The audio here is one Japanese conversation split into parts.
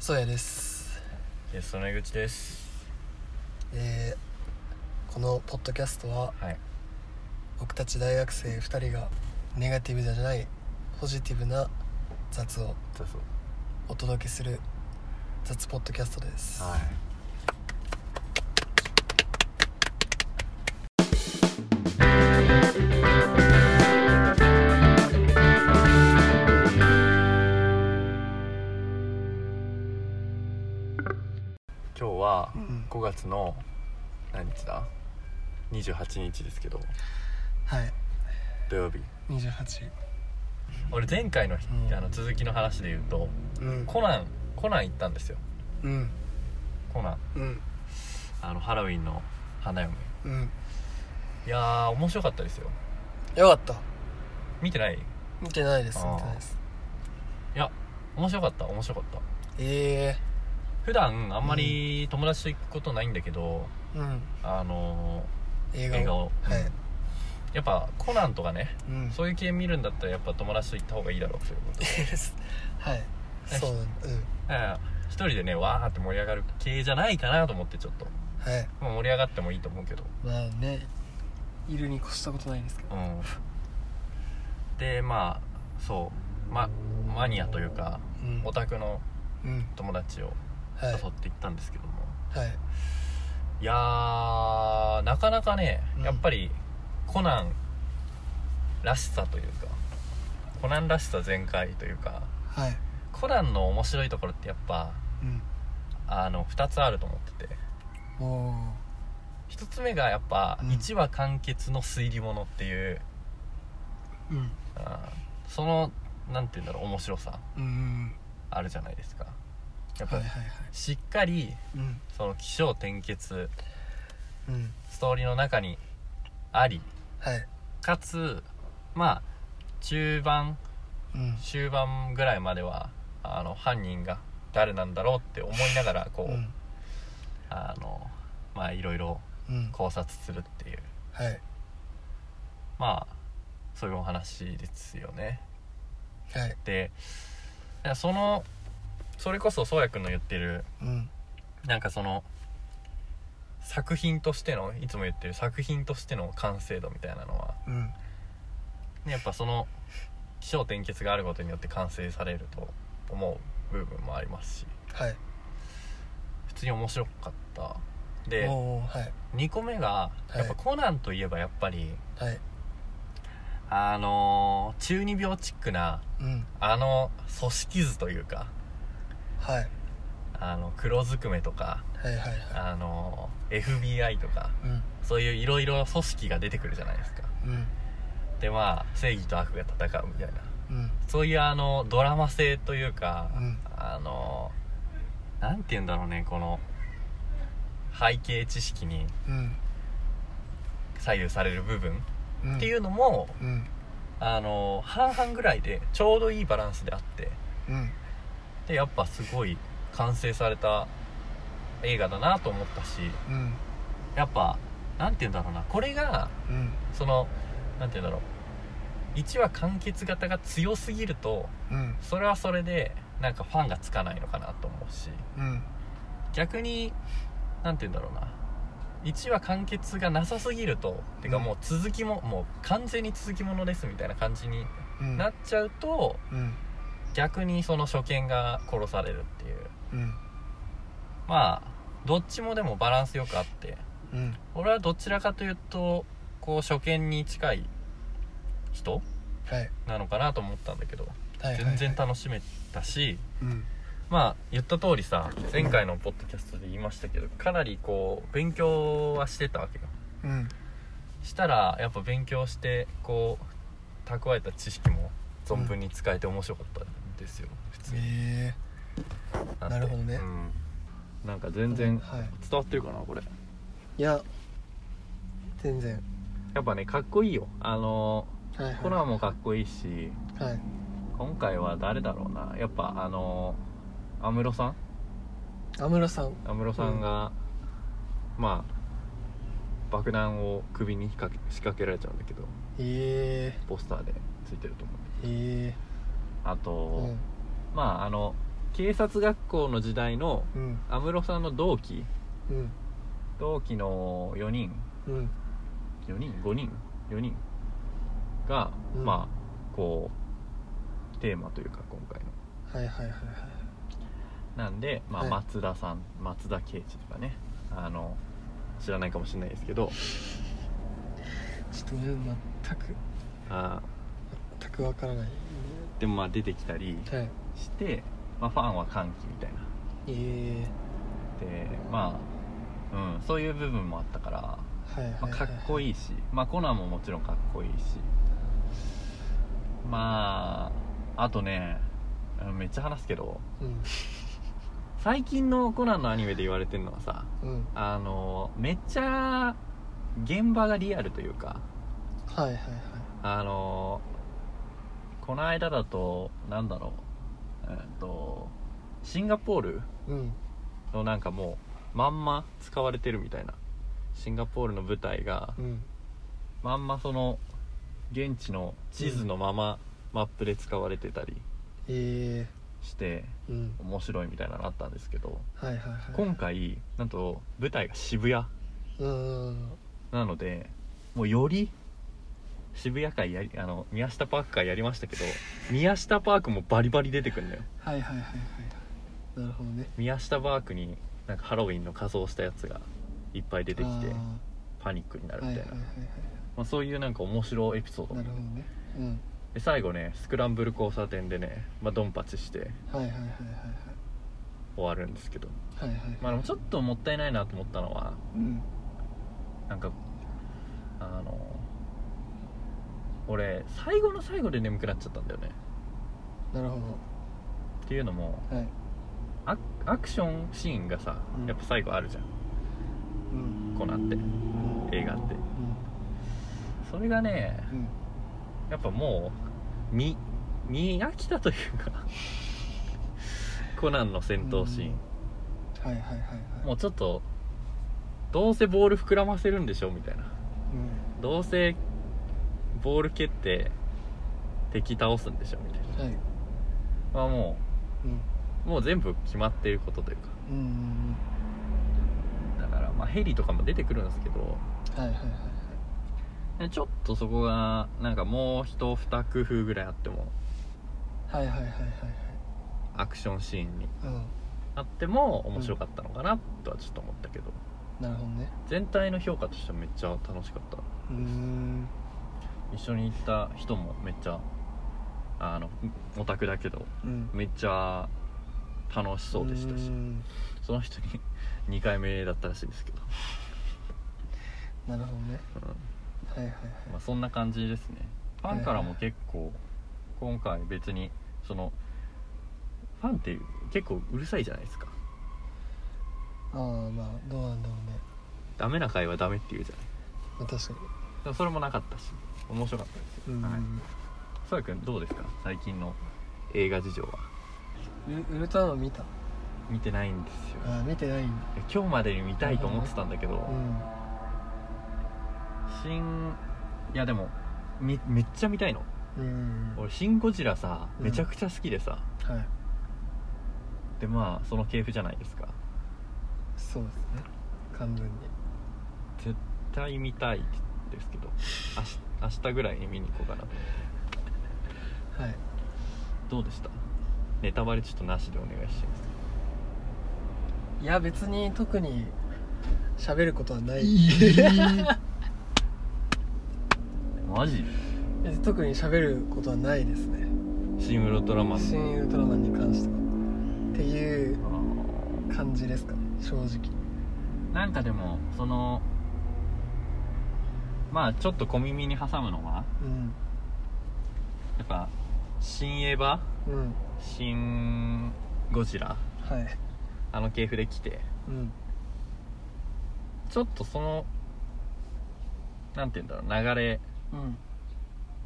そうやです、ゲストの江口ですえーこのポッドキャストははい僕たち大学生2人がネガティブじゃないポジティブな雑をそうそうお届けする雑ポッドキャストです、はい今日はうん5月の何日だ28日ですけどはい土曜日28俺前回の,、うんあの続きの話で言うとうんコナンコナン行ったんですようんコナンうんあのハロウィンの花嫁うんいやー面白かったですよよかった見てないい見てないですあー見てないですや面白かった面白かったえ普段あんまり友達と行くことないんだけど、えうんあの映ー、画映画を、はういんやっぱコナンとかねうんそういう系見るんだったらやっぱ友達と行った方がいいだろうということで はいそうなんうんうん一人でねわーって盛り上がる系じゃないかなと思ってちょっと、はいまあ、盛り上がってもいいと思うけどまあねいるに越したことないんですけどうんでまあそうまマニアというかうんオタクのうん友達をはい誘って行ったんですけども、はいいやーなかなかねうんやっぱりコナンらしさというかコナンらしさ全開というかはいコナンの面白いところってやっぱうんあの2つあると思ってておお1つ目がやっぱうん1話完結の推理物っていう、うんあーその何て言うんだろう面白さうんうんあるじゃないですかやっはぱいはいはいしっかりうんその起承転結うんストーリーの中にありはいかつまあ中盤うん終盤ぐらいまではあの犯人が誰なんだろうって思いながらこう、うんあのまあいろいろうん考察するっていうはいまあそういうお話ですよねはいでそのそれこそ宗谷君の言ってるうんなんかその作品としてのいつも言ってる作品としての完成度みたいなのは、うんね、やっぱその起承転結があることによって完成されると思う部分もありますしはい普通に面白かったおでおはい2個目がはいやっぱコナンといえばやっぱり、はいあのー中二病チックなうんあの組織図というかはいあの黒ずくめとか、はいはいはあのー FBI とかいうんそういういろいろ組織が出てくるじゃないですかうんでまあ正義と悪が戦うみたいなうんそういうあのドラマ性というか、うんあのーなんて言うんだろうねこの背景知識にうん左右される部分うんっていうのも、うんあの半々ぐらいでちょうどいいバランスであってうんでやっぱすごい完成された映画だなと思ったしうんやっぱなんて言うんだろうなこれがうんそのなんて言うんだろう1話完結型が強すぎるとうんそれはそれでなんかファンがつかないのかなと思うしうん逆になんて言うんだろうな1話完結がなさすぎるとてかうんもう続きももう完全に続きものですみたいな感じにうんなっちゃうと、うん逆にその初見が殺されるっていううんまあどっちもでもバランスよくあってうん俺はどちらかというとこう初見に近い人はいなのかなと思ったんだけどはいはい全然楽しめたしうんまあ言った通りさ前回のポッドキャストで言いましたけどかなりこう勉強はしてたわけようんしたらやっぱ勉強してこう蓄えた知識も存分に使えて面白かったんですよ普通にえんてなるほどねうんなんか全え然はい伝わってるかなこれいや全然やっぱねかっこいいよあのはいコはナンもかっこいいしいはい今回は誰だろうなやっぱあの安室さん安室さん安室さんが、まあ爆弾を首に引っ掛け仕掛けられちゃうんだけどええポスターでついてると思うええあと、うんまああの警察学校の時代のうん安室さんの同期うん同期の4人うん4人5人4人が、うんまあこうテーマというか今回のはいはいはいはいなんで、まあはい松田さん松田圭一とかねあの知らないかもしれないですけどちょっと俺全くあ全くわからないーでもまあ出てきたりはいして、まあ、ファンは歓喜みたいなえでまあ、うん、そういう部分もあったから、ー、はいはいまあ、はいかっこいいし、まあ、コナンももちろんかっこいいしまああとねうんめっちゃ話すけどうん最近のコナンのアニメで言われてるのはさうんあのめっちゃ現場がリアルというかはいはいはいあのこの間だとなんだろう、えっとシンガポールうんのなんかもうまんま使われてるみたいなシンガポールの舞台がうんまんまその現地の地図のままマップで使われてたりえしてー、うん面白いみたいなのあったんですけどはいはいはい今回なんと舞台が渋谷うんなのでもうより渋谷会やりあの宮下パーク会やりましたけど宮下パークもバリバリ出てくるのよはいはいはいはいなるほどね宮下パークになんかハロウィンの仮装したやつがいっぱい出てきてあパニックになーるはみいたはいいなはいまあ、そういうなんか面白いエピソードはいなもるほどねうんで最後ねスクランブル交差点でね、まあ、ドンパチしてはいはいはいはい終わるんですけど、はいはいはいまあ、でもちょっともったいないなと思ったのはうんなんかあの俺最後の最後で眠くなっちゃったんだよねなるほっていうのもどはいアアクションシーンがさうんやっぱ最後あるじゃんうんコナンってうん映画ってうんそれがねうんやっぱもう見見飽きたというか コナンの戦闘シーン、はいはいはいはいもうちょっとどうせボール膨らませるんでしょみたいなうんどうせボール蹴って敵倒すんでしょみたいなはいまあもうんうもう全部決まっていることというかうんうんだからまあヘリとかも出てくるんですけどうんはいはいはいねちょっとそこがなんかもう一二工夫ぐらいあってもはいはいはいはいはいアクションシーンにうんあっても面白かったのかなとはちょっと思ったけどなるほどね全体の評価としてはめっちゃ楽しかったうーん一緒に行った人もめっちゃあのオタクだけどうんめっちゃ楽しそうでしたしんその人に 2回目だったらしいですけど、なるほどねうんはいはいはいまあ、そんな感じですねファンからも結構今回別にそのファンって結構うるさいじゃないですかああまあどうなんだろうねダメな回はダメって言うじゃないまあ確かでもそれもなかったし面白かったですにようん、はいそらくんどうですか最近の映画事情はウウルトラマン見た見てないんですよああ見てないんだ今日までに見たいと思ってたんだけど、うん新いやでもみめっちゃ見たいのうんは俺「シン・ゴジラさ」うんめちゃくちゃ好きでさ、いでまあその系譜じゃないですかそうですね完全に絶対見たいですけど明日明日ぐらいに見に行こうかなとはいどうでしたネタバレちょっとなしでお願いしますいや別に特に喋ることはないマジ別に特に喋ることはないですねシン・ウルトラマン新ウルトラマンに関してはっていうあ感じですかね正直ーなんかでもそのまあちょっと小耳に挟むのはうんやっぱ新エヴァうん新ゴジラはいあの系譜で来てうんちょっとそのなんて言うんだろう流れ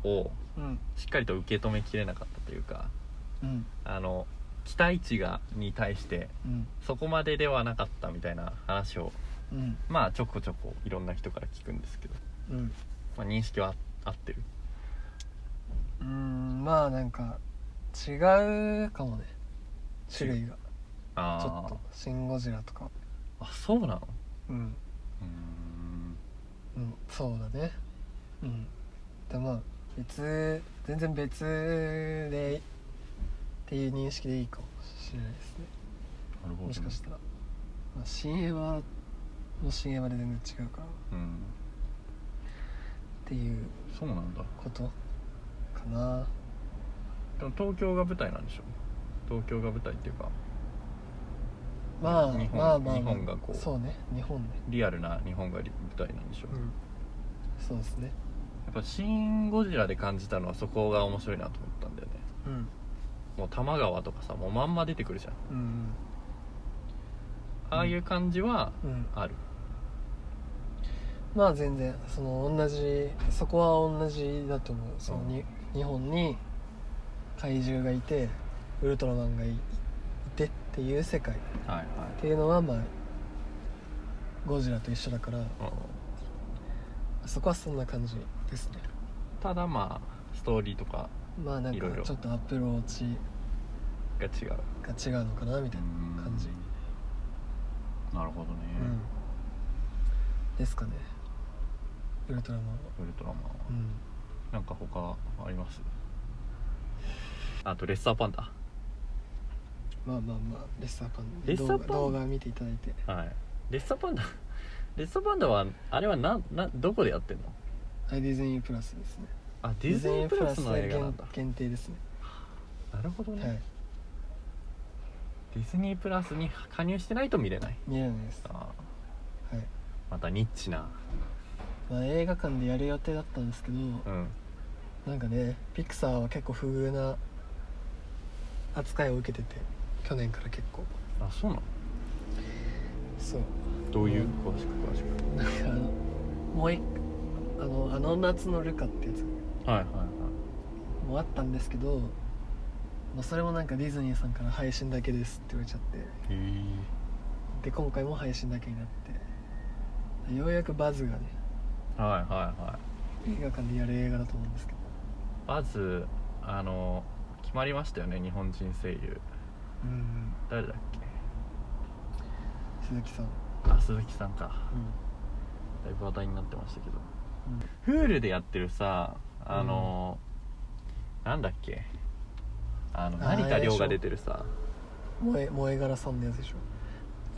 うんをうんしっかりと受け止めきれなかったというかうんあの期待値がに対してうんそこまでではなかったみたいな話をうんまあちょこちょこいろんな人から聞くんですけど、うんまあ、認識は合ってるうーんまあなんか違うかもね種類がちょあっと「シン・ゴジラ」とかああそうなのうん、うーんうん、そうだねうんでまあ別全然別でっていう認識でいいかもしれないですねなるほどねもしかしたら、まあ、新エヴァの新エヴァで全然違うからっうんていうそうなんだことかなでも東京が舞台なんでしょ東京が舞台っていうかまあ日本まあまあ、日まあ本がこうそうね日本ねリアルな日本が舞台なんでしょ、やそうですねっぱ「シン・ゴジラ」で感じたのはそこが面白いなと思ったんだよねうんもう多摩川とかさもうまんま出てくるじゃんうんああいう感じはうんある、まあ全然その同じそこは同じだと思うそのうんに日本に怪獣がいてウルトラマンがいいてっていう世界っはいはいていうのはまあゴジラと一緒だからうんそこはそんな感じですねただまあストーリーとかまあなんいかろいろちょっとアプローチが違うが違うのかなみたいな感じなるほどね、うんですかねウルトラマンはウルトラマンは、うんなんか他ありますあとレッサーパンダまあまあまあレッサーパンレッサーパ動ン画動画見ていただいてはいレッサーパンダ レッサーパンダはあれはなんなんどこでやってんのアイディズニープラスですねあディズニープラスの映画なんだ限限定ですねなるほどね、はいディズニープラスに加入してないと見れない見れないです、はあーいまたニッチなまあ、映画館でやる予定だったんですけどうんなんかねピクサーは結構不遇な扱いを受けてて去年から結構あそうなのそうどういう詳しく詳しくなんかあの もう一あの「あの夏のルカ」ってやつはいはいはいもあったんですけど、まあ、それもなんかディズニーさんから配信だけですって言われちゃってへえで今回も配信だけになってようやくバズがねはいはいはい映画館でやる映画だと思うんですけどまずあの決まりましたよね日本人声優うんうん誰だっけ鈴木さん、あ鈴木さんかうんだいぶ話題になってましたけどうん、 Hulu でやってるさあの、なんだっけあのあ成田凌が出てるさ萌え萌え柄さんのやつでしょ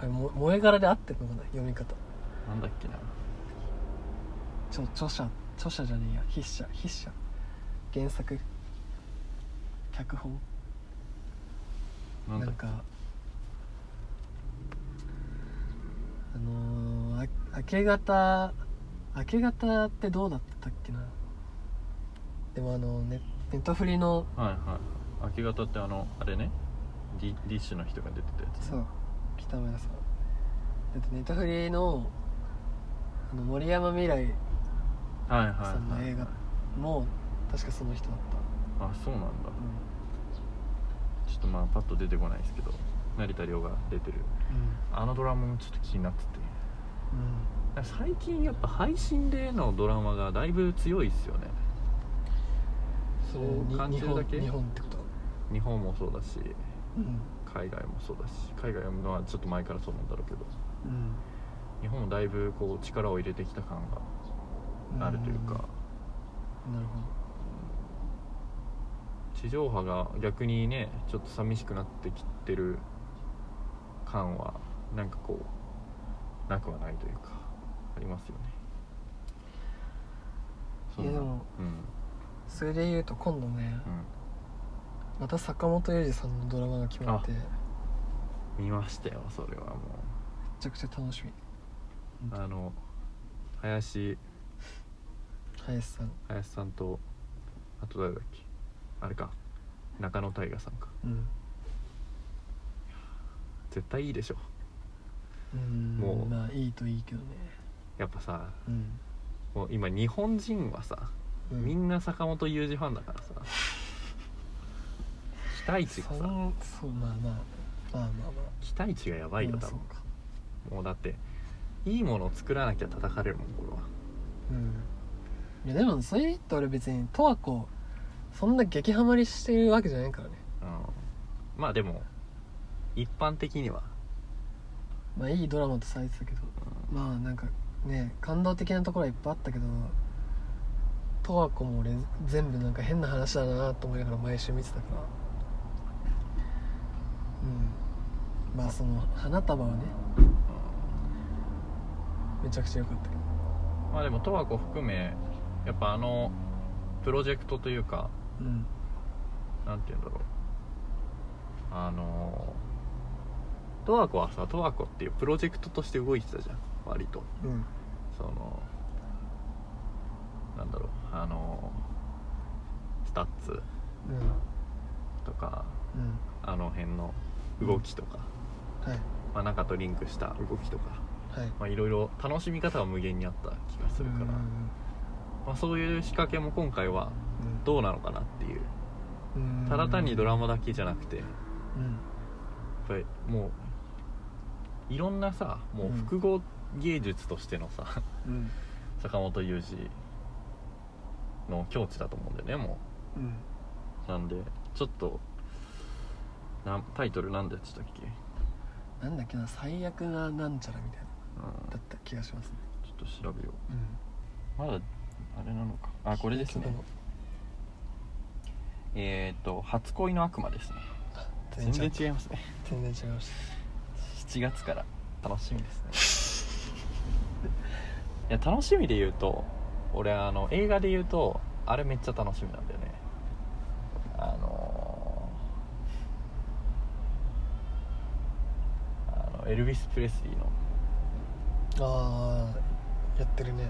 あれも萌え柄で合ってるのかな読み方なんだっけなちょ著者著者じゃねえや筆者筆者原作脚本ななんだっんけかあのー、あ明け方明け方ってどうだったっけなでもあのネネットフリのはいはい明け方ってあのあれねディディッシュの人が出てたやつそう北村さんだってネットフリのあの森山未来はいはいそんはない映画も確かその人だった、あそうなんだちょっとまあパッと出てこないですけど成田凌が出てるうあのドラマもちょっと気になっててんうん最近やっぱ配信でのドラマがだいぶ強いっすよねそう感じるだけ日本日本ってこと日本もそうだしうん海外もそうだし海外はちょっと前からそうなんだろうけどうん日本もだいぶこう力を入れてきた感があるというかなるほ地上波が逆にねちょっと寂しくなってきてる感はなんかこうなくはないというかありますよねそんないやでもうんどそれで言うと今度ね、また坂本龍二さんのドラマが決まってめうん見ましたよそれはもうちゃくちゃ楽しみあの林林さん林さんとあと誰だっけあれか中野大我さんかうん絶対いいでしょうんもうまあいいといいけどねやっぱさうん、もう今日本人はさ、うん、みんな坂本雄二ファンだからさ期待値そがんさそうまあまあまあまあまあ期待値がやばいよまあ多そう分かもうだっていいものを作らなきゃ叩かれるもんこれはうんいやでもそれ言って俺別に十和子そんな激ハマりしてるわけじゃないからねうんまあでも一般的にはまあいいドラマとされてたけどまあなんかね感動的なところはいっぱいあったけど十和子も俺全部なんか変な話だなと思いながら毎週見てたからうんまあその花束はねめちゃくちゃ良かったけどまあでも十和子含めやっぱあのプロジェクトというかうんなんて言うんだろうあの十和子はさ十和子っていうプロジェクトとして動いてたじゃん割とうんそのなんだろうあのスタッツうとかんうんあの辺の動きとか、はいまあ、中とリンクした動きとかはいまあいろいろ楽しみ方は無限にあった気がするから、うんまあ、そういう仕掛けも今回はうんどうなのかなっていううんただ単にドラマだけじゃなくてやっうんぱりもういろんなさもううん複合芸術としてのさうん坂本雄二の境地だと思うんだよねもうんうなんでちょっとなんタイトルなんでしたっけ、なんだっけな最悪ななんちゃらみたいなうん、だった気がしますねちょっと調べようんうまだあれなのかあこれですねえっ、ー、と「初恋の悪魔」ですね全全然違然う違いますね全然違いました7月から楽しみですね いや楽しみで言うと俺あの映画で言うとあれめっちゃ楽しみなんだよねあのーあのエルヴィス・プレスリーのああやってるね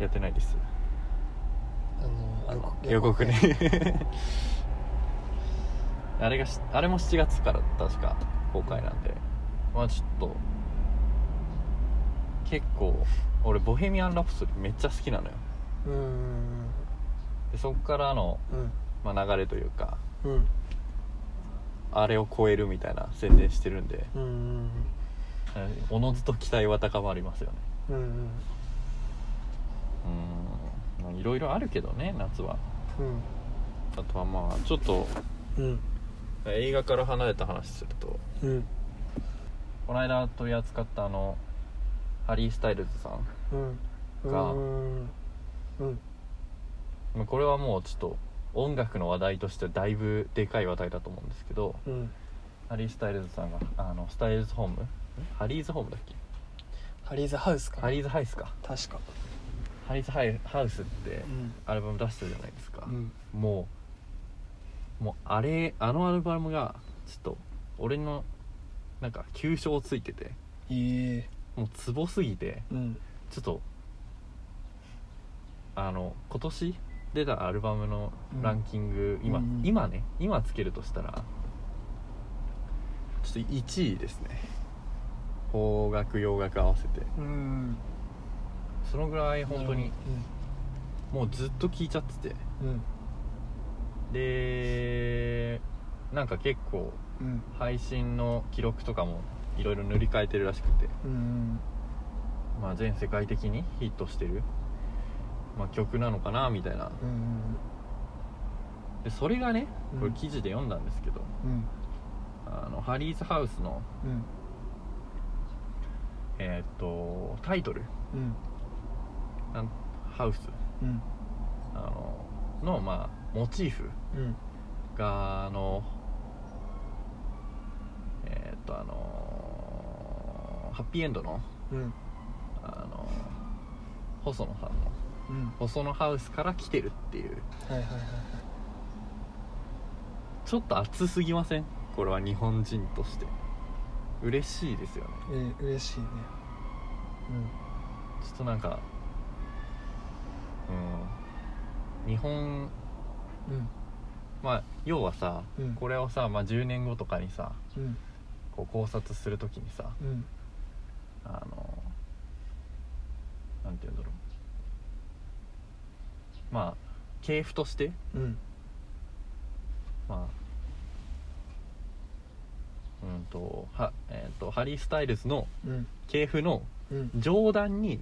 やってないですああのの予告ね あれがしあれも7月から確か公開なんでまあちょっと結構俺「ボヘミアン・ラプソディ」めっちゃ好きなのようんうんでそっからの、うんまあ、流れというかうんあれを超えるみたいな宣伝してるんでうんうんおのずと期待は高まりますよねうんうんうんまあいろいろあるけどね夏はあとはまあちょっとうん映画から離れた話するとうんこの間取り扱ったあのハリー・スタイルズさんうんがうんうんまあこれはもうちょっと音楽の話題としてはだいぶでかい話題だと思うんですけどうんハリー・スタイルズさんがあのスタイルズホームんハリーズホームだっけハリーズハウスかハリーズハイスか確かハリーズハイハウスってうんアルバム出したじゃないですか、うんもうもうあれあのアルバムがちょっと俺のなんか急所をついてていいもうツボすぎてうんちょっとあの今年出たアルバムのランキング、うん今、うんうん今ね今つけるとしたらちょっと1位ですね邦楽洋楽合わせてうんそのぐらい本当にもうずっと聴いちゃっててうんうんでなんか結構うん配信の記録とかもいろいろ塗り替えてるらしくて、うんまあ、全世界的にヒットしてる、まあ、曲なのかなみたいなうんでそれがねうんこれ記事で読んだんですけど、うんあのハリーズハウスの、うんえーっとタイトルうんなんハウスうんあのの、まあ、モチーフうんがあのえーっとあのハッピーエンドのうんあの細野さんのうん細野ハウスから来てるっていうはいはいはいはいちょっと熱すぎませんこれは日本人として嬉しいですよねえー嬉しいねちょっとなんかうん日本うんうんまあ要はさ、うんこれをさ、まあ、10年後とかにさうんこう考察するときにさうんあのなんて言うんだろうまあ系譜としてうんまあうんとは、えー、とハリー・スタイルズのうん系譜のうん上段に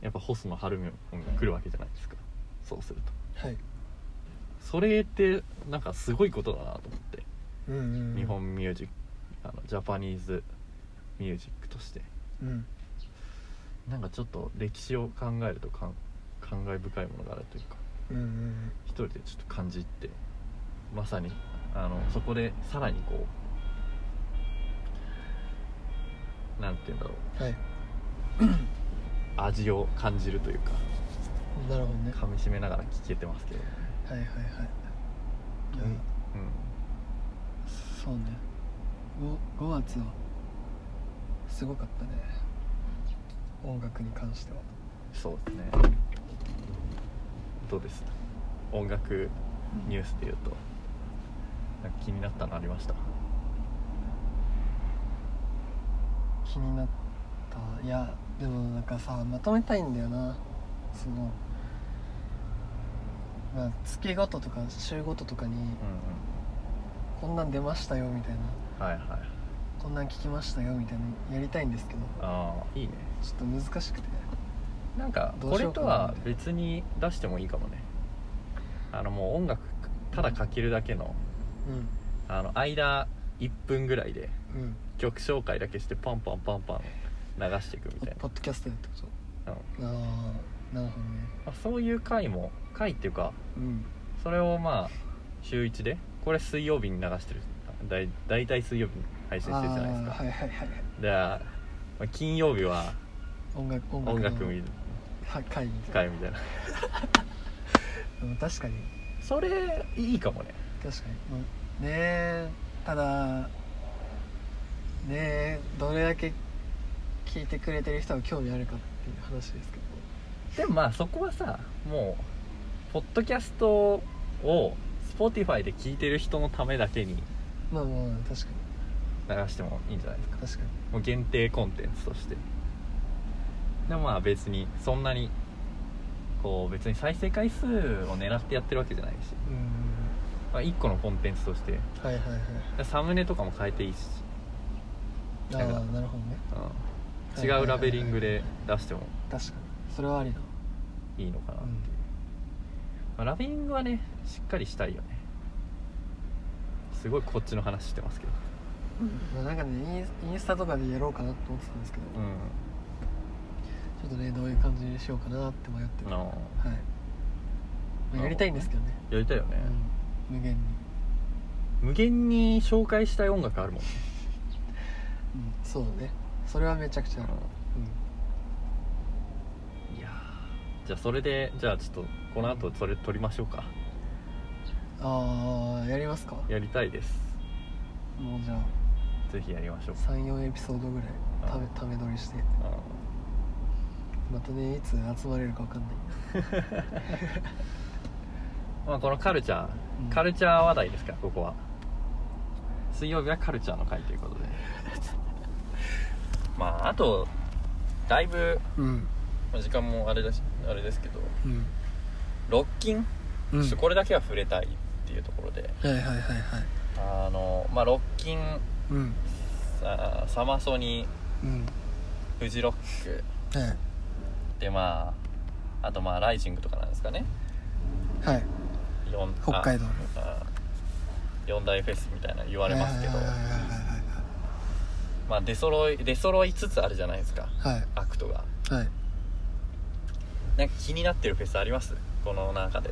やっぱ細野晴臣が来るわけじゃないですかそうするとはいそれってなんかすごいことだなと思ってうんうん日本ミュージッあのジャパニーズミュージックとしてうんなんかちょっと歴史を考えるとかん感慨深いものがあるというかうんうん一人でちょっと感じてまさにあのそこでさらにこうなんて言うんだろうはい味を感じるというかなるほどね噛みしめながら聴けてますけど、はいはいはいいや、うんそうね 5, 5月はすごかったね音楽に関してはそうですねどうです音楽ニュースでいうとなんか気になったのありました気になったいやでもなんかさまとめたいんだよなそのまあ月ごととか週ごととかにうんこんなん出ましたよみたいなうんはいはいこんなん聞きましたよみたいなのやりたいんですけどああいいねちょっと難しくてなんかどこうしれようかとなは別に出してもいいかもねあのもう音楽ただかけるだけのうんあの間1分ぐらいでうん曲紹介だけしてパンパンパンパン流していくみたいポッドキャストやってことな、うんああなるほどねまあ、そういう回も回っていうかうんそれをまあ週1でこれ水曜日に流してるだい大体水曜日に配信してるじゃないですか、あーはいはいはいはいで、まあ金曜日は音楽音楽音の楽見るは会議会みたいなうん確かにそれいいかもね確かに、うんねえただねえどれだけ聞いてくれてる人が興味あるかっていう話ですけでもまあそこはさもうポッドキャストを Spotify で聞いてる人のためだけにどまあまあまあ確か流してもいいんじゃないですかに確かにもう限定コンテンツとしてでもまあ別にそんなにこう別に再生回数を狙ってやってるわけじゃないし、うんまあ、1個のコンテンツとしてはいはいはいサムネとかも変えていいし、あだからあなるほどねうん、はいはいはい違はういラベリングで出しても確かにそれはありだわいいのかな、うんまあラベリングはねしっかりしたいよねすごいこっちの話してますけどまあなんかねインスインスタとかでやろうかなと思ってたんですけど、ちうょっとねどういう感じにしようかなって迷ってんるあはい、のまあ、やりたいんですけどねやりたいよね、うん、無限に、無限に紹介したい音楽あるもんね、うん、そうねそれはめちゃくちゃある、いやーじゃあそれでじゃあちょっとこの後それ撮りましょうかうん、ああやりますかやりたいですもうじゃあぜひやりましょう34エピソードぐらいためうんため撮りしてうまたねいつ集まれるか分かんないんまあこのカルチャうー、んカルチャー話題ですからここは水曜日はカルチャーの回という ことでまああとだいぶうんまあ時間もあれだしあれですけどうんロッキンうちょんっとこれだけは触れたいっていうところで、はいはいはいはいあのまあロッキンうんさサマソニうんフジロックはいでまああとまあライジングとかなんですかねはい四あ北海道あ四大フェスみたいな言われますけどはいはいまあ出揃い出揃いつつあるじゃないですかはいはいはいアクトがはいはいなんか気になってるフェスありますこの中で、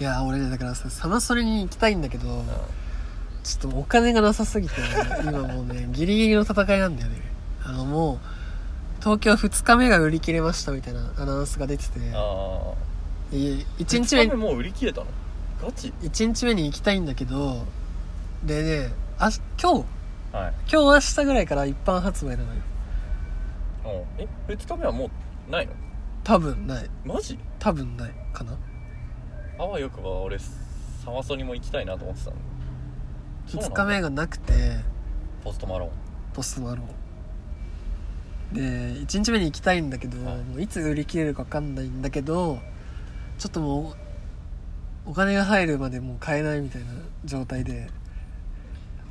いや俺だからさサマソリに行きたいんだけど、うん、ちょっとお金がなさすぎて、今もうね、 ギリギリの戦いなんだよね。あのもう、東京2日目が売り切れましたみたいなアナウンスが出てて、ああ1日1目日に、目もう売り切れたのガチ一日目に行きたいんだけど、でね、あし今日、はい今日明日ぐらいから一般発売なのよ。うんえ2日目はもうないの多分ない。マジ多分ないかな。あわよくば俺サマソニも行きたいなと思ってたのそうな2んだ日目がなくて、ポストマロンポストマロン。で、1日目に行きたいんだけど、はいもういつ売り切れるか分かんないんだけど、ちょっともう、お金が入るまでもう買えないみたいな状態で、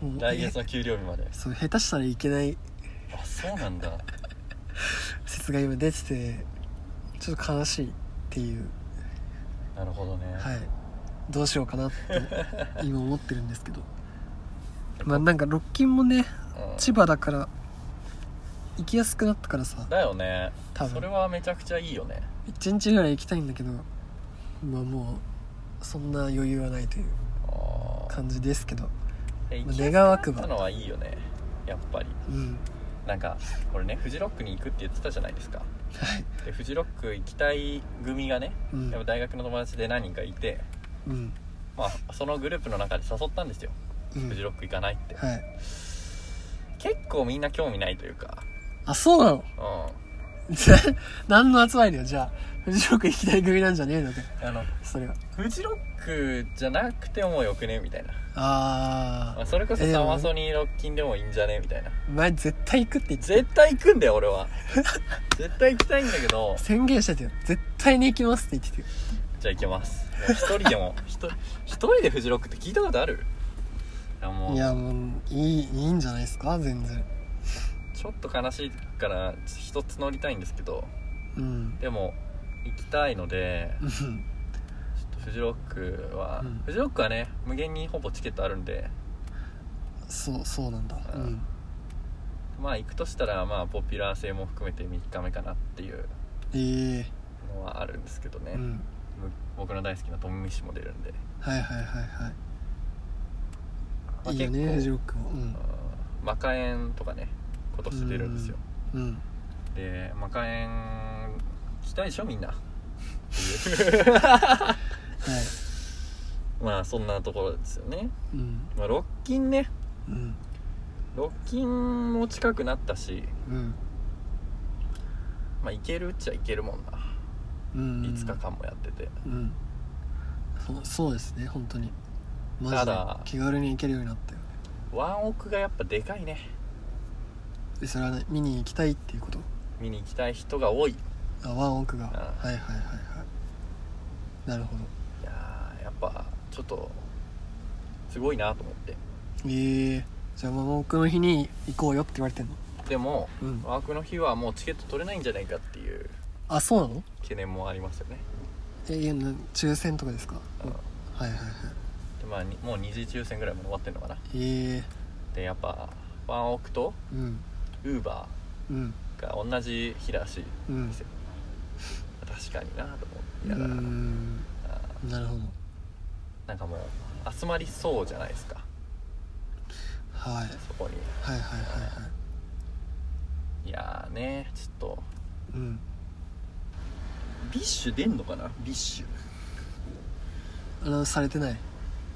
もう来月えの給料日までそう、下手したらいけないあそうなんだ説が今出てて、ちょっと悲しいっていう、 なるほどね、はい。どうしようかなって、今思ってるんですけど。でまあなんかロッキンもねうん千葉だから行きやすくなったからさだよね多それ分はめちゃくちゃいいよね1日ぐらい行きたいんだけどまあもうそんな余裕はないというあー感じですけどえ行まあきやすく願なわっくばたのはいいよねやっぱりうんなんか俺ねフジロックに行くって言ってたじゃないですかはいでフジロック行きたい組がねうやっぱん大学の友達で何人かいて、うんまあ、そのグループの中で誘ったんですよ、うんフジロック行かないってはい結構みんな興味ないというかあそうなの うん何の集まりだよじゃあフジロック行きたい組なんじゃねえのかよあのそれはフジロックじゃなくてもよくねみたいな、あまああ、それこそえーサマソニーロッキンでもいいんじゃねみたいなお前絶対行くって言って絶対行くんだよ 俺は絶対行きたいんだけど宣言してたよ絶対に行きますって言ってたよじゃあ行けますもう一人でも一人一人でフジロックって聞いたことあるいやもいうやもういいいいんじゃないですか全然ちょっと悲しいから一つ乗りたいんですけどうんでも行きたいのでうんちょっとフジロックは、うんフジロックはね無限にほぼチケットあるんでそうそうなんだあーうんまあ行くとしたらまあポピュラー性も含めて3日目かなっていうえのはあるんですけどね、えうんむ僕の大好きなトム・ミッシュも出るんで、はいはいはいはいまあ、いいよ結ね構フジロックもうんうんマカエンとかね今年出るんですようんでマカエン行きたいでしょみんなはいまあそんなところですよね、うんまあ、ロッキンねうんロッキンも近くなったしうんまあ行けるっちゃ行けるもんなうん5日間もやってて、うんそうそうですね本当にマジたでだ気軽に行けるようになったよワンオクがやっぱでかいねでそれは、ね、見に行きたいっていうこと見に行きたい人が多いいあワンオクがはいあはいはいはいなるほどやーやっぱちょっとすごいなと思ってええじゃあワンオクの日に行こうよって言われてんのでもうんワークの日はもうチケット取れないんじゃないかっていうあそうなの懸念もありますよねえいやな抽選とかですかうんはいはいはいでまあにもう二次抽選ぐらいまで終わってんのかなええでやっぱワンオクとうんウーバうんーが同じ日らしいうんですよ、確かになと思ういながら、ーんあーなるほどなんかもう集まりそうじゃないですかはいそこにはいはいはいはいいやーねちょっとうんビッシュ出んのかなビッシュアナウンスされてない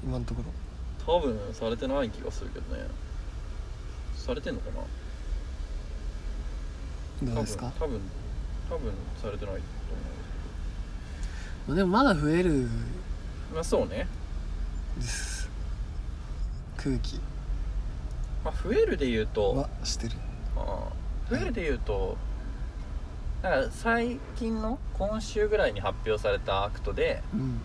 今のところ多分されてない気がするけどねされてんのかなどうですか多分多分多分されてないと思まあでもまだ増えるうまあそうね、です空気まあ、増えるで言うとはしてるあー増えるで言うとなんか最近の今週ぐらいに発表されたアクトでうん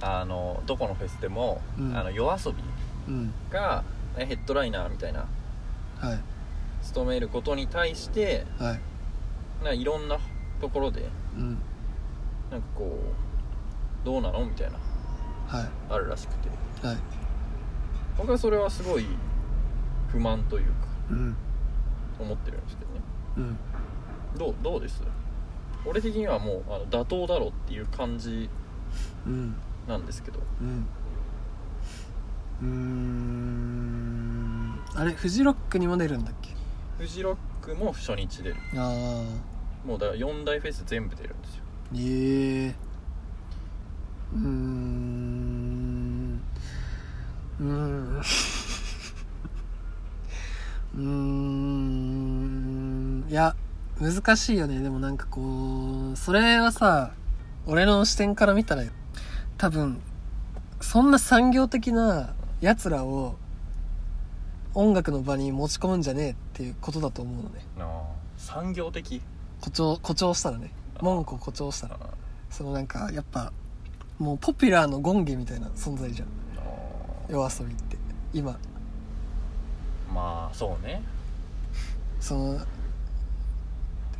あのどこのフェスでも、うんあの夜遊びうんがえヘッドライナーみたいなはい務めることに対してはいなんかいろんなところでうんなんかこうどうなのみたいなはあるらしくていはい僕はそれはすごい不満というかうん思ってるんですけどねうんどうどうです俺的にはもうあの妥当だろっていう感じうんなんですけどうんうーんあれフジロックにも出るんだっけフジロックも初日出るあもうだから4大フェス全部出るんですよあええうーんうーんうーんいや難しいよねでもなんかこうそれはさ俺の視点から見たら多分そんな産業的なやつらを音楽の場に持ち込むんじゃねえっていうことだと思うのね産業的誇張誇張したらねあ文句を誇張したあらそのなんかやっぱもうポピュラーの権限みたいな存在じゃんの夜遊びって今まあそうねその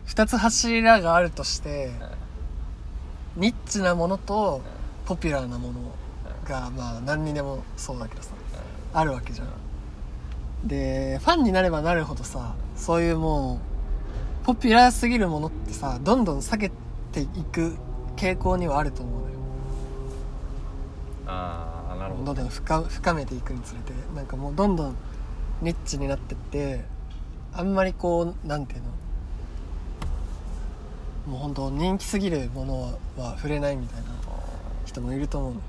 2つ柱があるとしてニッチなものとポピュラーなものがまあ何にでもそうだけどさあるわけじゃんでファンになればなるほどさそういうもうポピュラーすぎるものってさどんどん避けていく傾向にはあると思うのよああなるほどどんどん深深めていくにつれてなんかもうどんどんニッチになってってあんまりこうなんていうのもう本当人気すぎるものは触れないみたいな人もいると思うのよ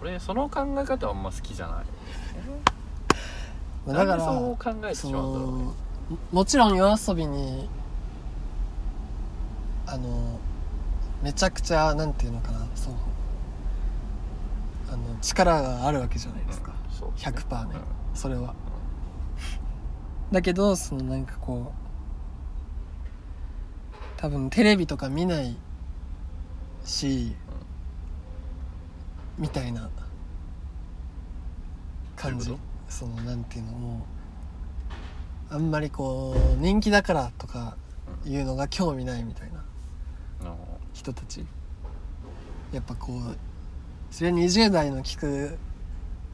それその考え方はあんま好きじゃないまあだからなんでそう考えてしそまうんだろうねのももちろん夜遊びにあのめちゃくちゃなんていうのかなそのあの力があるわけじゃないですか、うんそうですね100%ねうんそれはだけどそのなんかこう多分テレビとか見ないし、みたいな感どじういうこそのなんていうのもうあんまりこう人気だからとかいうのが興味ないみたいなあの人たちやっぱこうそれ20代の聴く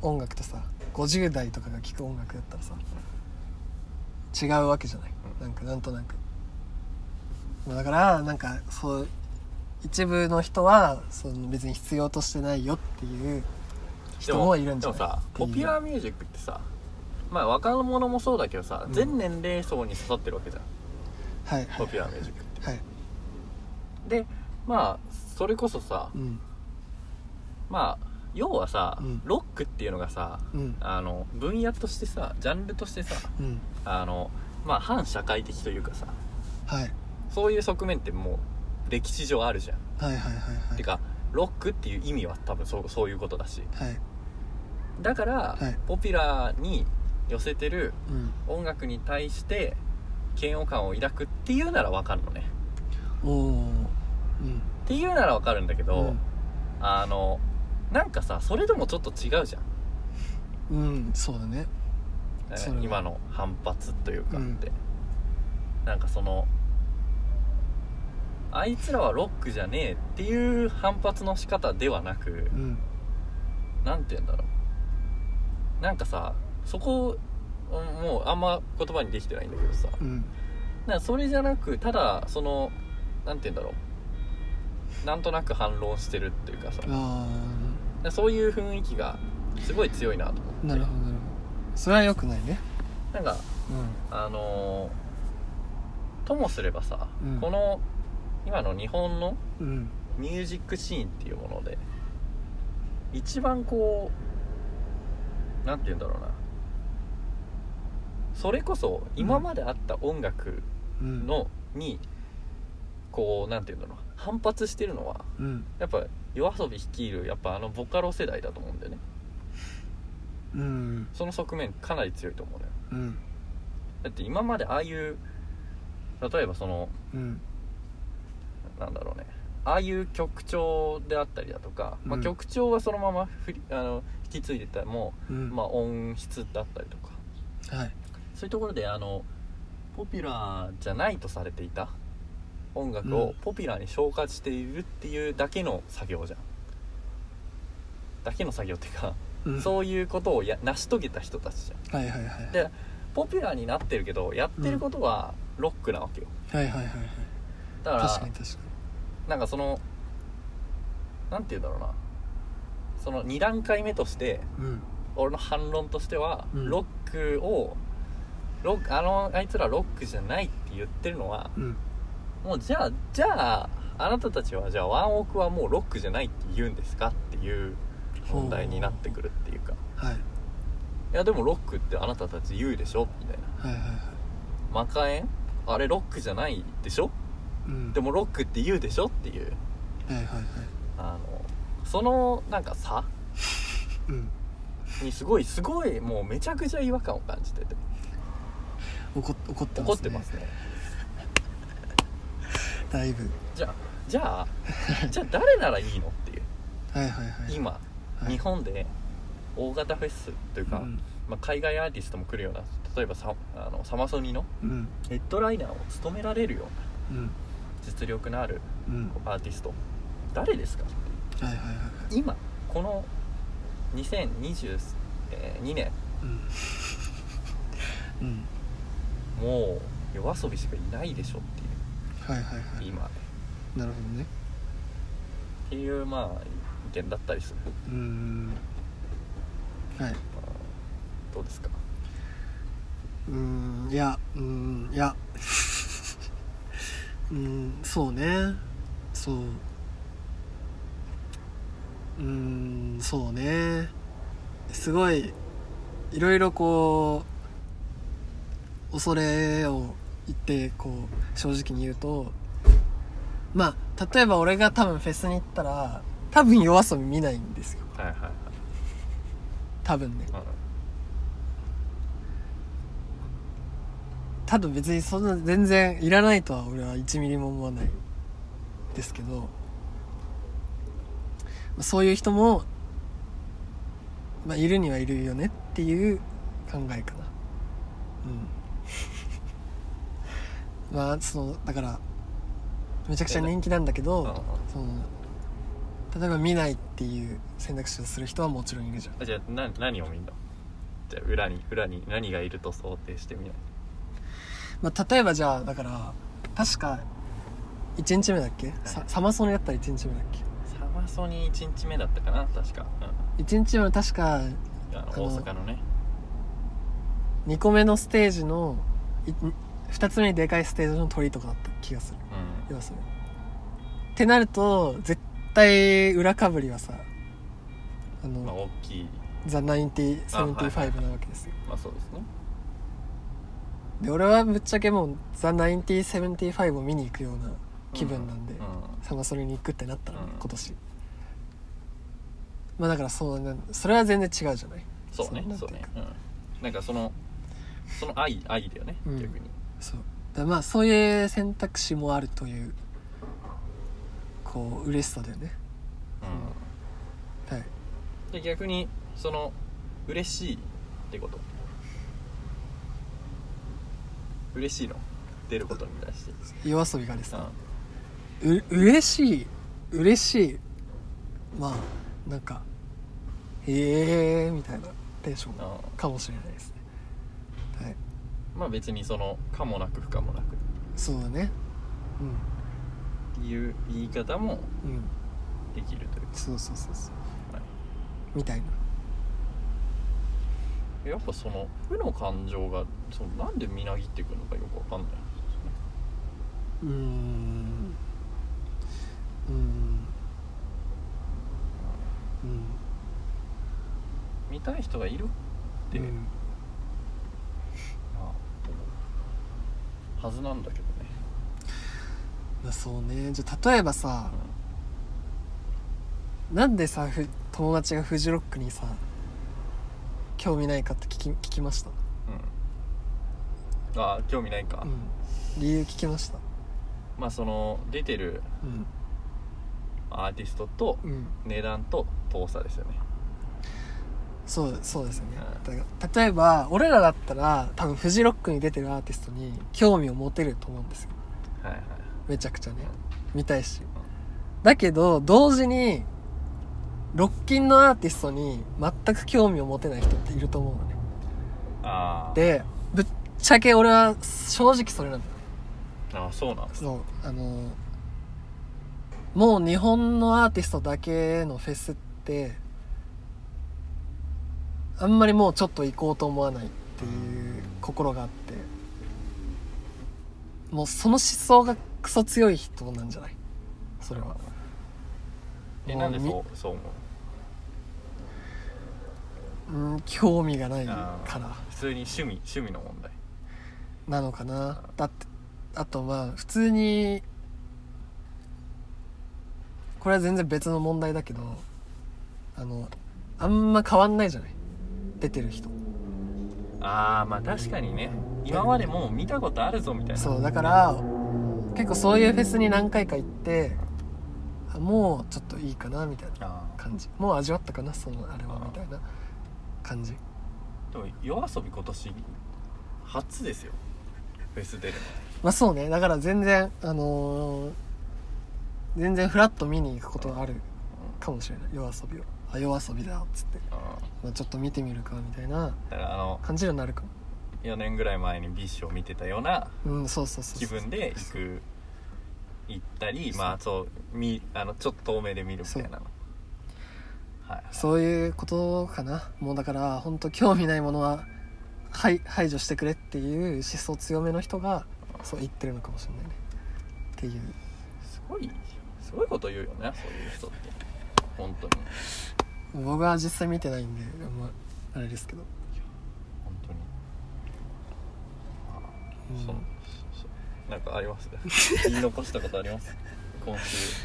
音楽とさ50代とかが聴く音楽だったらさ違うわけじゃないうんなんかなんとなくまあだからなんかそう一部の人はその別に必要としてないよっていう人もいるんじゃないでもさっていポうピュラーミュージックってさまあ若者もそうだけどさ、うん全年齢層に刺さってるわけじゃんはいはポいピュラーミュージックってはいでまあそれこそさうんまあ要はさ、うんロックっていうのがさうんあの分野としてさジャンルとしてさうんあのまあ反社会的というかさはいそういう側面ってもう歴史上あるじゃん、はいはいはいはいてかロックっていう意味は多分そうそういうことだしはいだから、はいポピュラーに寄せてるうん音楽に対して嫌悪感を抱くっていうならわかるのねおおうんっていうならわかるんだけど、うんあのなんかさそれでもちょっと違うじゃんうんそうだねえーそれは今の反発というかって、なんかそのあいつらはロックじゃねえっていう反発の仕方ではなくうんなんて言うんだろうなんかさそこうんもうあんま言葉にできてないんだけどさうんなんかそれじゃなくただそのなんて言うんだろうなんとなく反論してるっていうかさあそういう雰囲気がすごい強いなと思ってあなるほどなるほどそれは良くないねなんかうあのーともすればさ、うんこの今の日本のんうんミュージックシーンっていうもので一番こうなんて言うんだろうなそれこそ今まであった音楽うんの、にこうなんて言うんだろう反発してるのはうんやっぱ夜遊び率いるやっぱあのボカロ世代だと思うんだよねうんその側面かなり強いと思うのようんだって今までああいう例えばそのうんなんだろうねああいう曲調であったりだとか、まあうん曲調はそのまま振りあの引き継いでたもうう、んまあ、音質だったりとかあはいそういうところであのポピュラーじゃないとされていた音楽うをんポピュラーに昇華しているっていうだけの作業じゃん。だけの作業っていうか、うんそういうことをや成し遂げた人たちじゃんはいはいはいでポピュラーになってるけどやってることはロックなわけよはいはいはいはいだから確かに確かなんかそのなんて言うんだろうなその2段階目としてにうん俺の反論としては、うんロックをロックあのあいつらロックじゃないって言ってるのはうんもうじゃあじゃああなたたちはじゃあワンオクはもうロックじゃないって言うんですかっていう問題になってくるっていうかはいいやでもロックってあなたたち言うでしょみたいはないはいはい魔カエンあれロックじゃないでしょうんでもロックって言うでしょっていうはいはいはいあのそのなんか差うんにすごいすごいもうめちゃくちゃ違和感を感じてて怒っ怒ってますね怒ってますねだいぶじゃあじゃあ じゃあ誰ならいいのっていうはいはいはい今はい日本で大型フェスというか、うんまあ、海外アーティストも来るような例えばサあのサマソニのうんヘッドライナーを務められるようなうん実力のあるうんアーティスト誰ですかはいはいはいはい今この2022年うん、うん、もう夜遊びしかいないでしょっていはいはいはうい今なるほどねっていうまあ意見だったりするうーんはいどうですかうーんいやうーんいや うーんそうねそううーんそうねすごいいろいろこう恐れを言ってこう正直に言うとまあ例えば俺が多分フェスに行ったら多分夜遊び見ないんですよはいはいはい多分ねうんただ別にそんな全然いらないとは俺は1ミリも思わないですけどまあそういう人も、まあ、いるにはいるよねっていう考えかなうん まあそのだからめちゃくちゃ人気なんだけうんどその例えば見ないっていう選択肢をする人はもちろんいるじゃんあじゃあな何を見んのじゃあ裏に裏に何がいると想定してみないまあ、例えばじゃあだから確か1日目だっけ、さサマソニやったら1日目だっサマソニ1日目だったかな確か、け1日目の確かうん、あのあの大阪のね2個目のステージの2つ目にでかいステージの鳥とかだった気がするうん要するにってなると絶対裏かぶりはさあの、まあ大きいザ・あはい9075なわけですよまあそうですねで俺はぶっちゃけもうザ・9075を見に行くような気分なんで、うんうんサマソニに行くってなったら、ねうん今年まあだからそうなんそれは全然違うじゃないそうねそうそうねなうんなんかそのその愛愛だよね、うん逆にそうだまあそういう選択肢もあるというこう嬉しさだよねうはいんで逆にその嬉しいってこと嬉しいの出ることに対して夜遊びがですねさう嬉しい嬉しいまあなんかへえー、みたいなテンションあかもしれないですねはいまあ別にその可もなく不可もなくそうだねっていう言い方もうんうんできるというかそうそうそうそうはみたいないやっぱその負の感情がそのなんでみなぎってくるのかよくわかんないですねうーんうーんうん見たい人がいるって、うんまあ思うはずなんだけどね、まあそうねじゃあ例えばさなんでさふ友達がフジロックにさ興味ないかって聞き聞きましたうんうん、ああ興味ないか、うん理由聞きましたまあその出てるうんアーティストとうん値段と遠さですよねそうそうですよねうだから例えば俺らだったら多分フジロックに出てるアーティストに興味を持てると思うんですよはいはいめちゃくちゃね見たいしだけど同時にロッキンのアーティストに全く興味を持てない人っていると思うのねあーでぶっちゃけ俺は正直それなんだよあーそうなんですそうあのもう日本のアーティストだけのフェスってあんまりもうちょっと行こうと思わないっていう心があってもうその思想がクソ強い人なんじゃないそれはえもなうんでみそうそう思ううん興味がないあーから普通に趣味趣味の問題なのかなだってあとまあ普通にこれは全然別の問題だけどあのあんま変わんないじゃない出てる人ああまあ確かにね今までもう見たことあるぞみたいなそうだから結構そういうフェスに何回か行ってあもうちょっといいかなみたいなあー感じもう味わったかなそのあれはみたいな感じでも夜遊び今年初ですよフェス出るまあそうねだから全然あのー全然フラッと見に行くことはあるかもしれない夜遊びをあ夜遊びだっつって、うまあ、ちょっと見てみるかみたいなんだからあの感じになるかも4年ぐらい前に BiSH を見てたようなうんそうそうそう気そう分で行く行ったりそうまあそうみあのちょっと多めで見るみたいなのはいそういうことかなもうだから本当興味ないものは排排除してくれっていう思想強めの人がそう言ってるのかもしれないねっていうすごいすごいこと言うよねそういう人って本当に僕は実際見てないんで、まあ、あれですけど、本当に、うんそうそうなんかあります 言い残したことあります今週、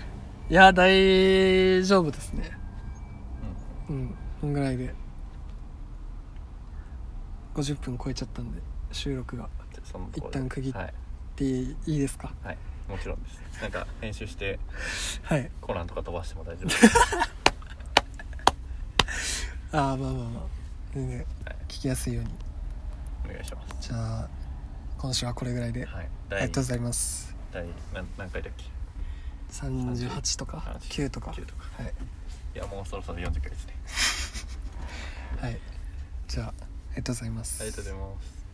いや大丈夫ですねううんこんぐらいで50分超えちゃったんで収録がん、じゃあそのところで一旦区切っはいでいいですかはいもちろんですなんか編集してはいコナンとか飛ばしても大丈夫ですああまあまあまあ全然はい聞きやすいようにお願いしますじゃあ今週はこれぐらいで、はいあ第りがとうございます第何何回だっけ38とか9とか9とかはい、いやもうそろそろ40回ですねはい、じゃあありがとうございますありがとうございます